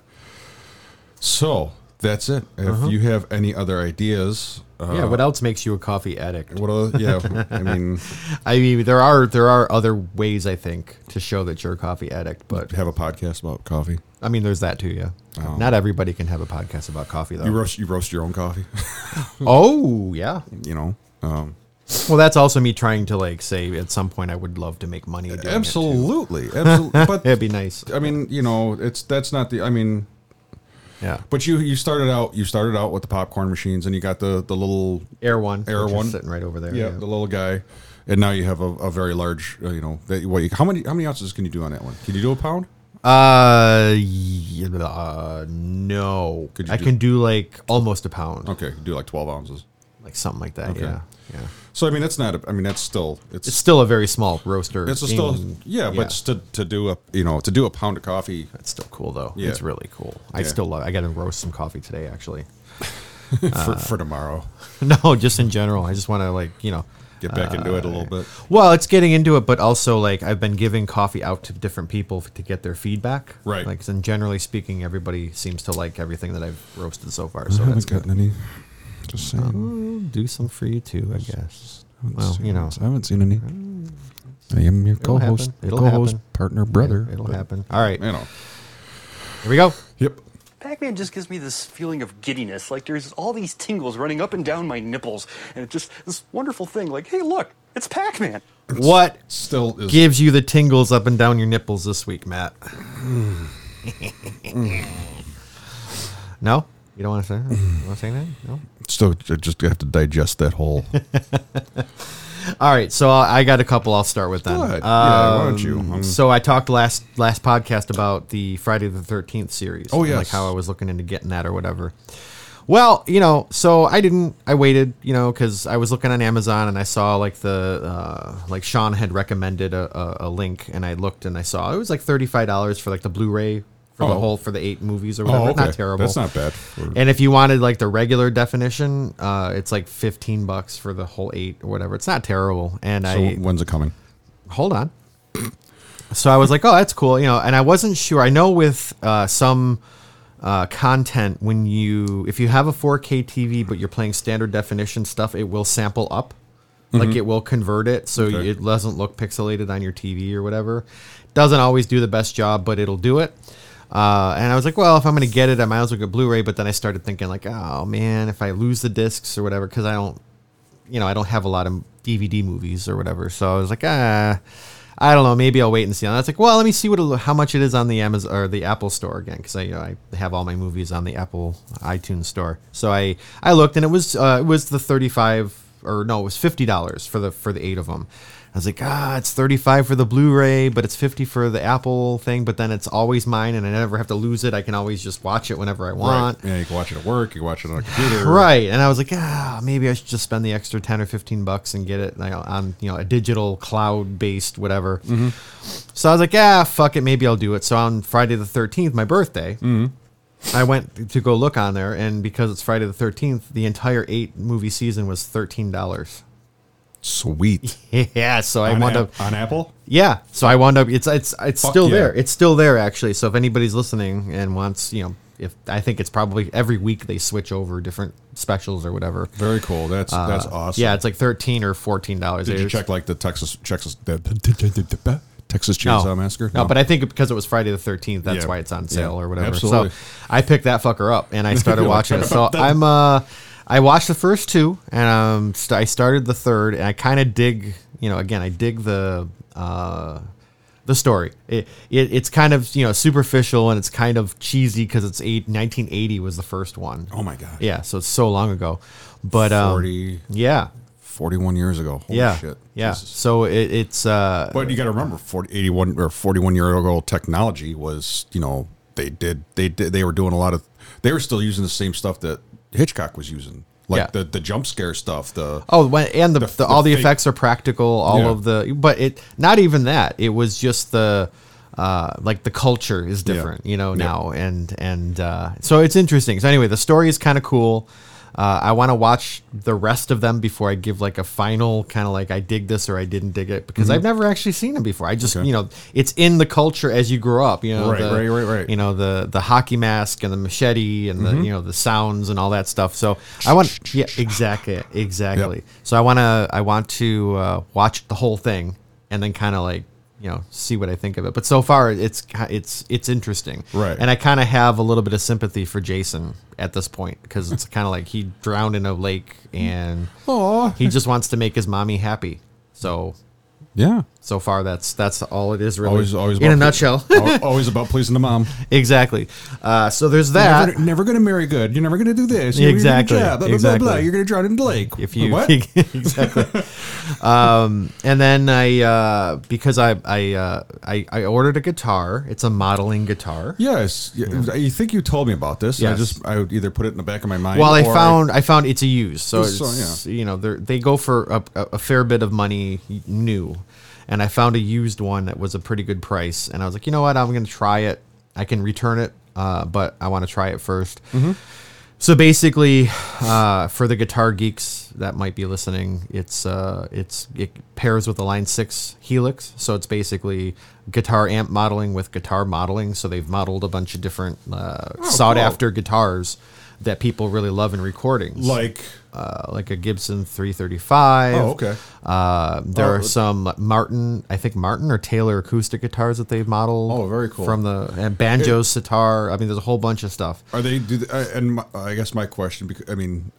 B: so that's it. If you have any other ideas, uh,
A: Uh-huh. yeah, what else makes you a coffee addict?
B: what other, yeah, I mean,
A: I mean, there are there are other ways I think to show that you're a coffee addict, but
B: have a podcast about coffee.
A: I mean, there's that too. Yeah, not everybody can have a podcast about coffee though.
B: Oh. You roast you roast your own coffee,
A: oh yeah.
B: you know. Um,
A: Well, that's also me trying to like say at some point I would love to make money. Doing It too.
B: absolutely, absolutely. But
A: That'd be nice.
B: I mean, you know, it's that's not the. I mean,
A: Yeah.
B: but you you started out you started out with the popcorn machines, and you got the the little
A: Air One.
B: Air
A: which is
B: One.
A: sitting right over there.
B: yeah, the little guy, and now you have a, a very large. Uh, you know, that, what you, how many how many ounces can you do on that one? Can you do a pound?
A: Uh, y- uh no.
B: Could you
A: I
B: do-
A: can do like almost a pound,
B: Okay, you can do like twelve ounces.
A: like something like that. Yeah, yeah.
B: So I mean, that's not. A, I mean, that's still
A: It's still a very small roaster.
B: It's a still,
A: in-
B: yeah, but to, to do a you know to do a pound of coffee,
A: it's still cool though.
B: Yeah.
A: It's really cool. I
B: Yeah.
A: still love. I got to roast some coffee today, actually.
B: for, for tomorrow.
A: no, just in general. I just want to like you know. uh,
B: Get back into it a little bit.
A: Well, it's getting into it, but also like I've been giving coffee out to different people f- to get their feedback.
B: Right.
A: Like, and generally speaking, everybody seems to like everything that I've roasted so far. So that's good.
B: gotten any. Just saying.
A: We'll do some for you too, I guess. Well, you know,
B: I haven't seen any. I am your
A: It'll co-host- happen. It'll co-host, happen.
B: partner,
A: it'll happen. All right,
B: You know.
A: here we go.
B: oh, Yep.
D: Pac-Man just gives me this feeling of giddiness, like there's all these tingles running up and down my nipples, and it's just this wonderful thing, like, hey, look, it's Pac-Man.
A: What
B: Still is.
A: gives you the tingles up and down your nipples this week, Matt?
B: Mm.
A: no, you don't want to say. That? You want to say that? No.
B: Still, I just have to digest that whole. Good.
A: All right, so I got a couple. I'll start with then.
B: yeah. Why don't you? Um,
A: Um, So I talked last last podcast about the Friday the Thirteenth series.
B: Oh,
A: and, like
B: yes.
A: how I was looking into getting that or whatever. Well, you know, so I didn't. I waited, you know, because I was looking on Amazon and I saw like the uh, like Sean had recommended a, a, a link, and I looked and I saw it was like thirty five dollars for like the Blu Ray for the
B: Oh.
A: whole for the eight movies or whatever.
B: oh, okay.
A: Not terrible.
B: That's not bad. for-
A: And if you wanted like the regular definition, uh, it's like fifteen bucks for the whole eight or whatever. It's not terrible. And
B: so
A: I
B: when's it coming?
A: hold on. So I was like, oh, that's cool, you know. And I wasn't sure. I know with uh, some uh, content, when you if you have a 4K TV but you're playing standard definition stuff, it will sample up, like it will convert it, so
B: Okay.
A: it doesn't look pixelated on your TV or whatever. Doesn't always do the best job, but it'll do it. Uh, and I was like, well, if I'm gonna get it, I might as well get Blu-ray. But then I started thinking, like, oh man, if I lose the discs or whatever, because I don't you know, I don't have a lot of DVD movies or whatever. So I was like, ah, I don't know. Maybe I'll wait and see. And I was like, well, let me see what it'll- how much it is on the Amazon or the Apple store again, because I, you know, I have all my movies on the Apple iTunes store. So I I looked and it was uh, it was the thirty five or no, it was fifty dollars for the for the eight of them. I was like, ah, it's thirty five for the Blu-ray, but it's fifty for the Apple thing. But then it's always mine, and I never have to lose it. I can always just watch it whenever I want.
B: Right. Yeah, you can watch it at work. You can watch it on a computer.
A: Right, and I was like, ah, maybe I should just spend the extra ten or fifteen bucks and get it like, on you know a digital cloud based whatever.
B: Mm-hmm.
A: So I was like, ah, fuck it, maybe I'll do it. So on Friday the thirteenth, my birthday,
B: Mm-hmm.
A: I went to go look on there, and because it's Friday the thirteenth, the entire eight movie season was thirteen dollars.
B: Sweet.
A: Yeah, so I
B: on,
A: wound
B: Ap-
A: up.
B: on Apple.
A: Yeah, so I wound up. It's it's it's
B: Oh, Fuck
A: still
B: yeah.
A: there. It's still there actually. So if anybody's listening and wants, you know, if I think it's probably every week they switch over different specials or whatever.
B: Very cool. That's that's
A: Uh,
B: awesome.
A: Yeah, it's like thirteen or fourteen dollars.
B: Did you check like the Texas Texas the Texas
A: no.
B: Chainsaw Massacre?
A: No, but I think because it was Friday the thirteenth, that's
B: Yeah.
A: why it's on
B: Yeah,
A: sale or whatever.
B: absolutely.
A: So I picked that fucker up and I started
B: You're like,
A: watching it.
B: "What
A: So
B: about that?"
A: I'm uh, I watched the first two and um, st- I started the third and I kind of dig. You know, again, I dig the uh, the story. It, it it's kind of you know superficial and it's kind of cheesy because it's eight, 1980 was the first one.
B: Oh my god.
A: Yeah, so it's so long ago, but um,
B: 40.
A: yeah.
B: 41 years ago. Holy
A: yeah,
B: shit.
A: yeah.
B: Jesus.
A: So it, it's uh,
B: But you got to remember, 40, 81 or forty-one year old technology was, you know, they did, they did, they were doing a lot of, they were still using the same stuff that Hitchcock was using. like
A: Yeah.
B: the the jump scare stuff. The
A: Oh, when, and the, the,
B: the
A: all the
B: fake-
A: effects are practical. All
B: Yeah.
A: of the, but it not even that. It was just the, uh, like the culture is different, you know,
B: Yeah.
A: now and and uh, so it's interesting. So anyway, the story is kind of cool. Uh, I want to watch the rest of them before I give like a final kind of like I dig this or I didn't dig it because I've never actually seen them before. I just
B: Mm-hmm. Okay.
A: you know it's in the culture as you grow up, you know,
B: Right,
A: the-
B: right, right, right.
A: you know the the hockey mask and the machete and
B: Mm-hmm.
A: the you know the sounds and all that stuff. So I want yeah exactly exactly.
B: Yep.
A: So I want to I want to uh, watch the whole thing and then kind of like you know see what I think of it. But so far it's ki- it's it's interesting,
B: Right.
A: And I kind of have a little bit of sympathy for Jason at this point because it's kind of like he drowned in a lake and
B: Aw.
A: he just wants to make his mommy happy. So
B: yeah,
A: so far that's that's all it is really
B: always always
A: in
B: about
A: a
B: ple-
A: nutshell.
B: al- always about pleasing the mom.
A: exactly. Uh, so there's that.
B: never, never going to marry good. You're never going to do this. You're never gonna do
A: Exactly,
B: that, Blah, blah,
A: exactly.
B: blah, blah. You're going to drown in the lake.
A: if you
B: what?
A: exactly um and then i uh because i i uh I, I ordered a guitar it's a modeling guitar
B: Yes, yeah, you think you told me about this. and I
A: Yes.
B: just I would either put it in the back of my mind.
A: well i
B: or
A: found I, found it's a use so,
B: So,
A: it's, you know they they go for a, a a fair bit of money new and i found a used one that was a pretty good price and i was like you know what i'm gonna try it i can return it uh, but i want to try it 1st So basically, uh, for the guitar geeks that might be listening, it's uh, it's it pairs with the Line Six Helix. So it's basically guitar amp modeling with guitar modeling. So they've modeled a bunch of different uh, sought after guitars that people really love in recordings,
B: like
A: uh, like a Gibson 335.
B: oh okay
A: Uh, there
B: Oh,
A: are
B: it-
A: some Martin, I think Martin or Taylor acoustic guitars that they've modeled.
B: Oh, very cool.
A: From the and banjo, sitar. I mean, there's a whole bunch of stuff.
B: are they do they, I- and my, I guess my question because I mean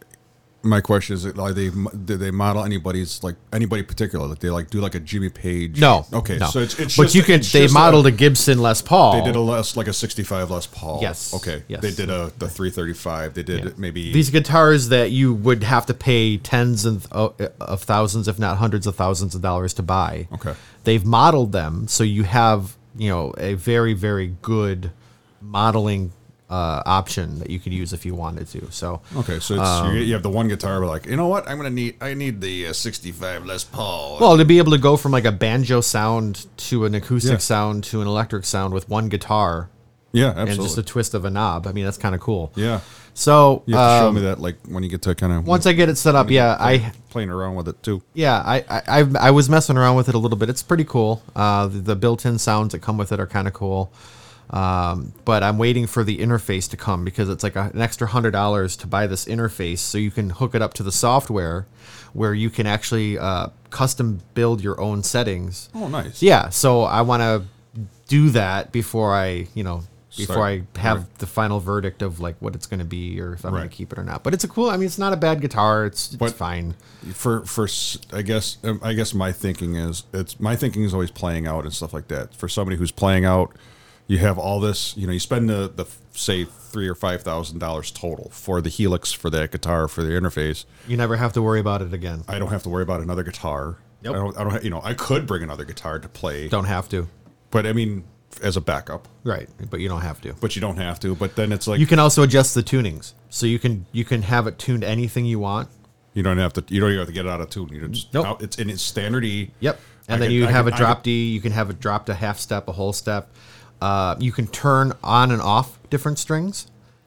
B: my question is are they do they model anybody's like anybody particular like they like do like a Jimmy Page
A: No.
B: okay
A: no.
B: so it's, it's
A: but
B: just-
A: you can.
B: it's
A: They
B: just
A: modeled
B: a,
A: a Gibson Les Paul.
B: they did a less like a 65 Les Paul
A: Yes,
B: okay
A: yes.
B: they did a the 335 they did
A: Yeah.
B: maybe
A: These guitars that you would have to pay tens and th- o- of thousands, if not hundreds of thousands of dollars to buy.
B: Okay.
A: They've modeled them, so you have you know a very very good modeling uh, option that you could use if you wanted to. So
B: okay so it's,
A: um,
B: you, you have the one guitar but like you know what I'm gonna need I need the uh, 65 Les Paul
A: Well, to be able to go from like a banjo sound to an acoustic
B: Yeah.
A: sound to an electric sound with one guitar
B: yeah
A: and
B: absolutely
A: just a twist of a knob. I mean, that's kind of cool.
B: yeah
A: So
B: you have to show
A: um,
B: me that like when you get to kind of
A: once I get it set up, yeah, I
B: playing around with it too
A: yeah, I, I I've, I was messing around with it a little bit. It's pretty cool. Uh, the, the built-in sounds that come with it are kind of cool. Um, but I'm waiting for the interface to come because it's like a, an extra hundred dollars to buy this interface, so you can hook it up to the software, where you can actually uh, custom build your own settings.
B: oh nice
A: Yeah, so I want to do that before I, you know, before
B: Start-
A: I have
B: right.
A: the final verdict of like what it's going to be or if I'm going
B: Right.
A: to keep it or not. But it's a cool. I mean, it's not a bad guitar. It's it's
B: But-
A: fine.
B: for for s- I guess um, I guess my thinking is it's my thinking is always playing out and stuff like that. For somebody who's playing out, you have all this. You know, you spend the the say three or five thousand dollars total for the Helix, for that guitar, for the interface.
A: You never have to worry about it again.
B: I don't have to worry about another guitar.
A: Yep.
B: I don't. I don't. ha- You know, I could bring another guitar to play,
A: Don't have to.
B: but I mean, as a backup.
A: Right, but you don't have to.
B: But you don't have to. But then it's like
A: You
B: you,
A: can also adjust the tunings, so you can you can have it tuned anything you want.
B: don't have to. You don't even have to get it out of tune. You just
A: Nope.
B: out- it's in it's standard E.
A: Yep.
B: I
A: And then
B: could-
A: you
B: I
A: have
B: could-
A: a
B: I
A: drop
B: could-
A: D. You can have it dropped a half step, a whole step. Uh, you can turn on and off different strings.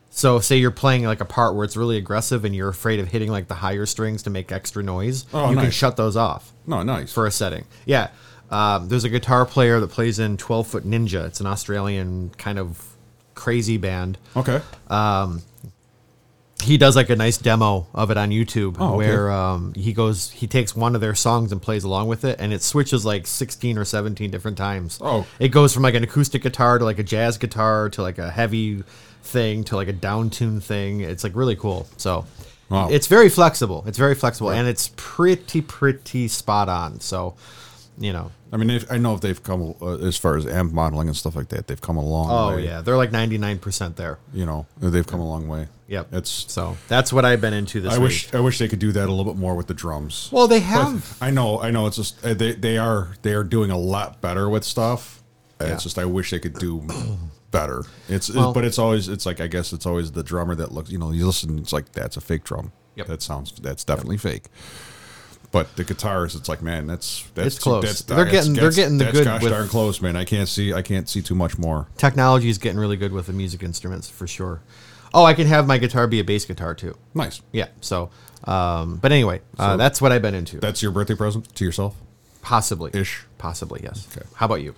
A: So, say you're playing like a part where it's really aggressive and you're afraid of hitting like the higher strings to make extra noise.
B: Oh,
A: you can
B: nice.
A: shut those off
B: No, nice.
A: for a setting. Yeah. Um, there's a guitar player that plays in 12 Foot Ninja. It's an Australian kind of crazy band.
B: okay.
A: he does like a nice demo of it on YouTube
B: Oh, okay.
A: where um, he goes he takes one of their songs and plays along with it and it switches like 16 or 17 different times.
B: Oh.
A: It goes from like an acoustic guitar to like a jazz guitar to like a heavy thing to like a downtuned thing. It's like really cool. So
B: Wow.
A: it's very flexible. It's very flexible and it's pretty pretty spot on. So you know.
B: I mean, if, I know if they've come uh, as far as amp modeling and stuff like that, they've come a long
A: Oh
B: way.
A: yeah, they're like 99% there.
B: You know, they've come a long way.
A: Yep.
B: It's
A: so that's what I've been into this
B: I
A: week.
B: wish I wish they could do that a little bit more with the drums.
A: well, they
B: But
A: have
B: I know, I know. It's just uh, they they are they are doing a lot better with stuff. Uh, It's just I wish they could do better. It's it-
A: Well-
B: but it's always it's like I guess it's always the drummer that looks. You know, you listen. It's like that's a fake drum.
A: Yep.
B: That sounds that's definitely fake. But the guitars, it's like, man, that's that's
A: It's close.
B: That's,
A: They're getting- they're getting the
B: that's
A: good
B: Gosh
A: with-
B: darn close, man. I can't see. I can't see too much more.
A: Technology is getting really good with the music instruments for sure. Oh, I can have my guitar be a bass guitar too.
B: Nice.
A: Yeah. So, um, but anyway, uh,
B: So-
A: that's what I've been into.
B: That's your birthday present to yourself.
A: possibly
B: ish.
A: Possibly yes.
B: Okay.
A: How about you?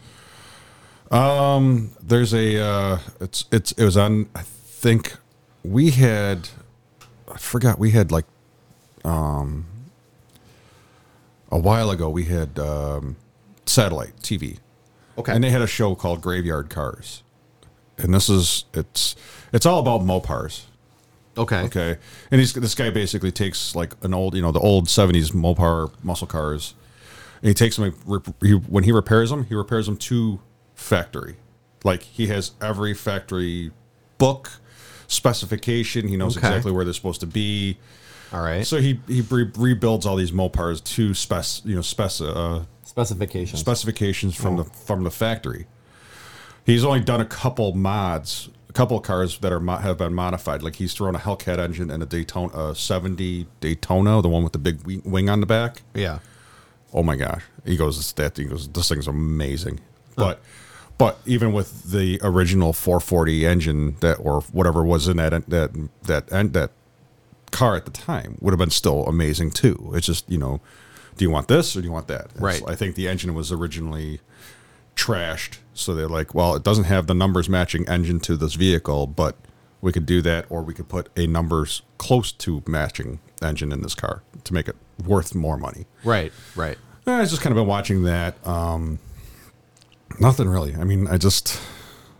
B: There's a. Uh, it's it's it was on. I think we had. I forgot we had like, um, a while ago we had um, satellite TV.
A: Okay.
B: And they had a show called Graveyard Cars. And this is it's it's all about Mopars.
A: okay.
B: Okay. And he's this guy basically takes like an old, you know, the old 70s Mopar muscle cars. And he takes them and rep- he, when he repairs them, he repairs them to factory. Like he has every factory book specification, he knows
A: Okay. Eh.
B: exactly where they're supposed to be.
A: All right.
B: So he he re- rebuilds all these Mopars to spec, you know, spec uh,
A: Specifications.
B: specifications from the from the factory. He's only done a couple mods, a couple cars that are mo- have been modified. Like he's thrown a Hellcat engine and a Daytona uh, 70 Daytona, the one with the big wi- wing on the back.
A: yeah.
B: Oh my gosh! He goes "This- that. He goes this thing's amazing, but. But even with the original 440 engine that, or whatever was in that that that and that car at the time, would have been still amazing too. It's just you know, do you want this or do you want that? It's-
A: Right.
B: I think the engine was originally trashed, so they're like, well, it doesn't have the numbers matching engine to this vehicle, but we could do that, or we could put a numbers close to matching engine in this car to make it worth more money.
A: Right. Right.
B: Eh, I just kind of been watching that. Um, nothing really. I mean, I just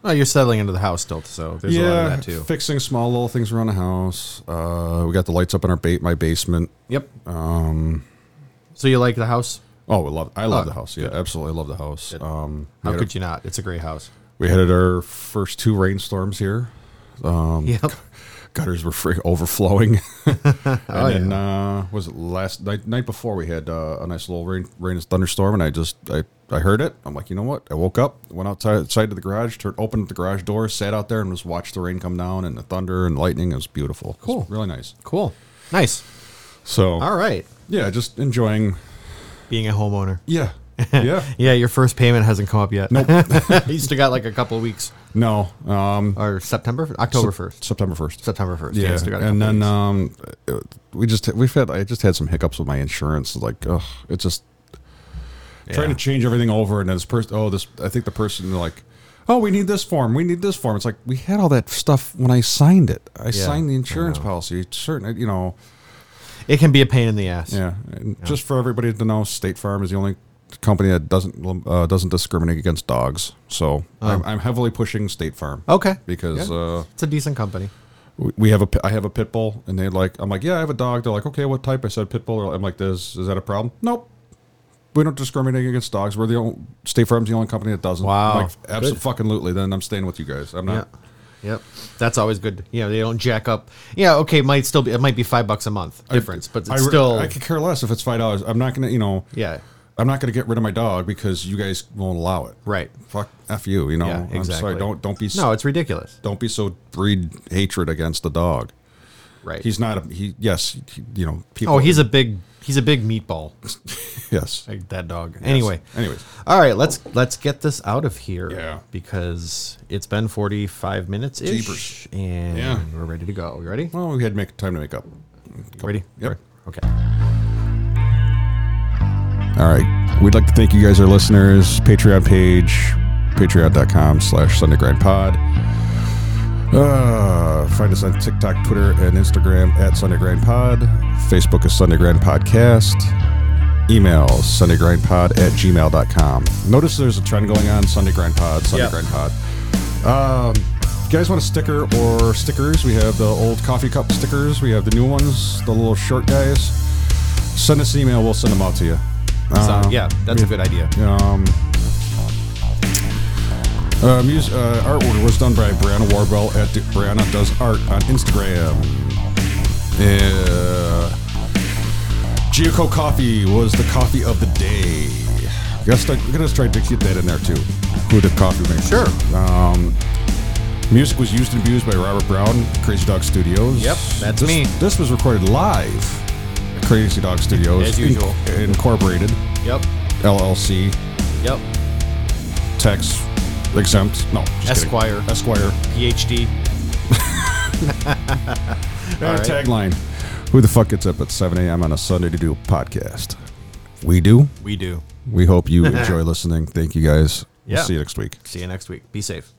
A: Oh, you're settling into the house still, so there's a lot of that too.
B: fixing small little things around the house. Uh, we got the lights up in our ba- my basement.
A: Yep. Um. So you like the house?
B: Oh, I love I love
A: Oh,
B: the house. Yeah, absolutely love the house. Um, we,
A: How
B: had
A: could you not? It's a great house.
B: we had our first two rainstorms here. Um,
A: yep.
B: Gutters were free, overflowing. and
A: Oh,
B: then uh, was it last night? Night before we had uh, a nice little rain, rain and thunderstorm, and I just I, I heard it. I'm like, you know what? I woke up, went outside outside to the garage, turned opened the garage door, sat out there, and just watched the rain come down and the thunder and lightning. It was beautiful. It was
A: Cool.
B: really nice.
A: Cool. Nice.
B: So
A: All right.
B: yeah, just enjoying.
A: Being a homeowner.
B: Yeah, yeah.
A: Yeah, your first payment hasn't come up yet. Nope. you still got like a couple weeks
B: No, um,
A: or September, October first,
B: September first.
A: September first.
B: Yeah,
A: still got a
B: and
A: couple
B: then
A: weeks.
B: um, uh, we just we've had I just had some hiccups with my insurance. Like, ugh, it's just trying to change everything over, and then this person, oh, this I think the person like, oh, we need this form, we need this form. It's like we had all that stuff when I signed it. I signed the insurance policy. It's Certain, you know,
A: it can be a pain in the ass.
B: uh, yeah. And Just for everybody to know, State Farm is the only company that doesn't uh, doesn't discriminate against dogs. So I'm, I'm heavily pushing State Farm.
A: Okay.
B: because.
A: Yeah.
B: Uh,
A: it's a decent company.
B: we- we have a pi- I have a pit bull, and they like I'm like, yeah, I have a dog. They're like, okay, what type? I said pit bull. I'm like, this is that a problem? Nope. We don't discriminate against dogs. We're the only, State Farm's the only company that doesn't.
A: Wow.
B: I'm like, absolutely. Then I'm staying with you guys. I'm
A: Yeah.
B: not.
A: Yep. That's always good. You know, they don't jack up. Yeah. Okay. Might still be. It might be five bucks a month difference, but it's
B: I, re-
A: still.
B: I could care less if it's five dollars. I'm not gonna, you know.
A: yeah.
B: I'm not gonna get rid of my dog because you guys won't allow it.
A: Right.
B: Fuck f you. You know.
A: Yeah. Exactly.
B: I'm sorry. Don't don't be s-
A: No, it's ridiculous.
B: don't be so breed hatred against the dog.
A: Right.
B: He's not a he. Yes. He, you know. People,
A: Oh, he's a big. He's a big meatball.
B: yes.
A: Like that dog. Anyway.
B: Anyways.
A: All right, let's let's get this out of here.
B: Yeah.
A: Because it's been forty five minutes ish,
B: Jeepers.
A: and
B: Yeah.
A: we're ready to go. You ready?
B: Well, we had to make time to make up.
A: Ready?
B: Yep.
A: Okay.
B: All right. We'd like to thank you guys, our listeners. Patreon page, patreon.com slash Sunday Grind Pod. Uh, find us on TikTok, Twitter, and Instagram at Sunday Grind Pod. Facebook is Sunday Grind Podcast. Email sundayggrindpod at gmail.com. Notice there's a trend going on Sunday Grind Pod, Sunday
A: Yeah.
B: Grind Pod. Um, if you guys want a sticker or stickers? We have the old coffee cup stickers, we have the new ones, the little short guys. Send us an email, we'll send them out to you.
A: So
B: Um,
A: yeah, that's a good idea.
B: um, uh, mus uh, artwork was done by Brianna Warbell at D- Brianna Does Art on Instagram. Uh, Gioco Coffee was the coffee of the day. We're gonna, start, we're gonna try to keep that in there too. Who the coffee maker?
A: Sure.
B: Um, Music was used and abused by Robert Brown, Crazy Dog Studios.
A: Yep, that's
B: this,
A: me.
B: This was recorded live at Crazy Dog Studios.
A: As usual.
B: Inc- Incorporated,
A: Yep.
B: LLC,
A: Yep.
B: tax exempt. No, just kidding.
A: Esquire.
B: Esquire.
A: PhD.
B: And
A: right.
B: Uh, Tagline Who the fuck gets up at 7 a.m. on a Sunday to do a podcast? We do.
A: We do.
B: We hope you enjoy listening. Thank you guys. We'll
A: Yeah.
B: see you next week.
A: See you next week. Be safe.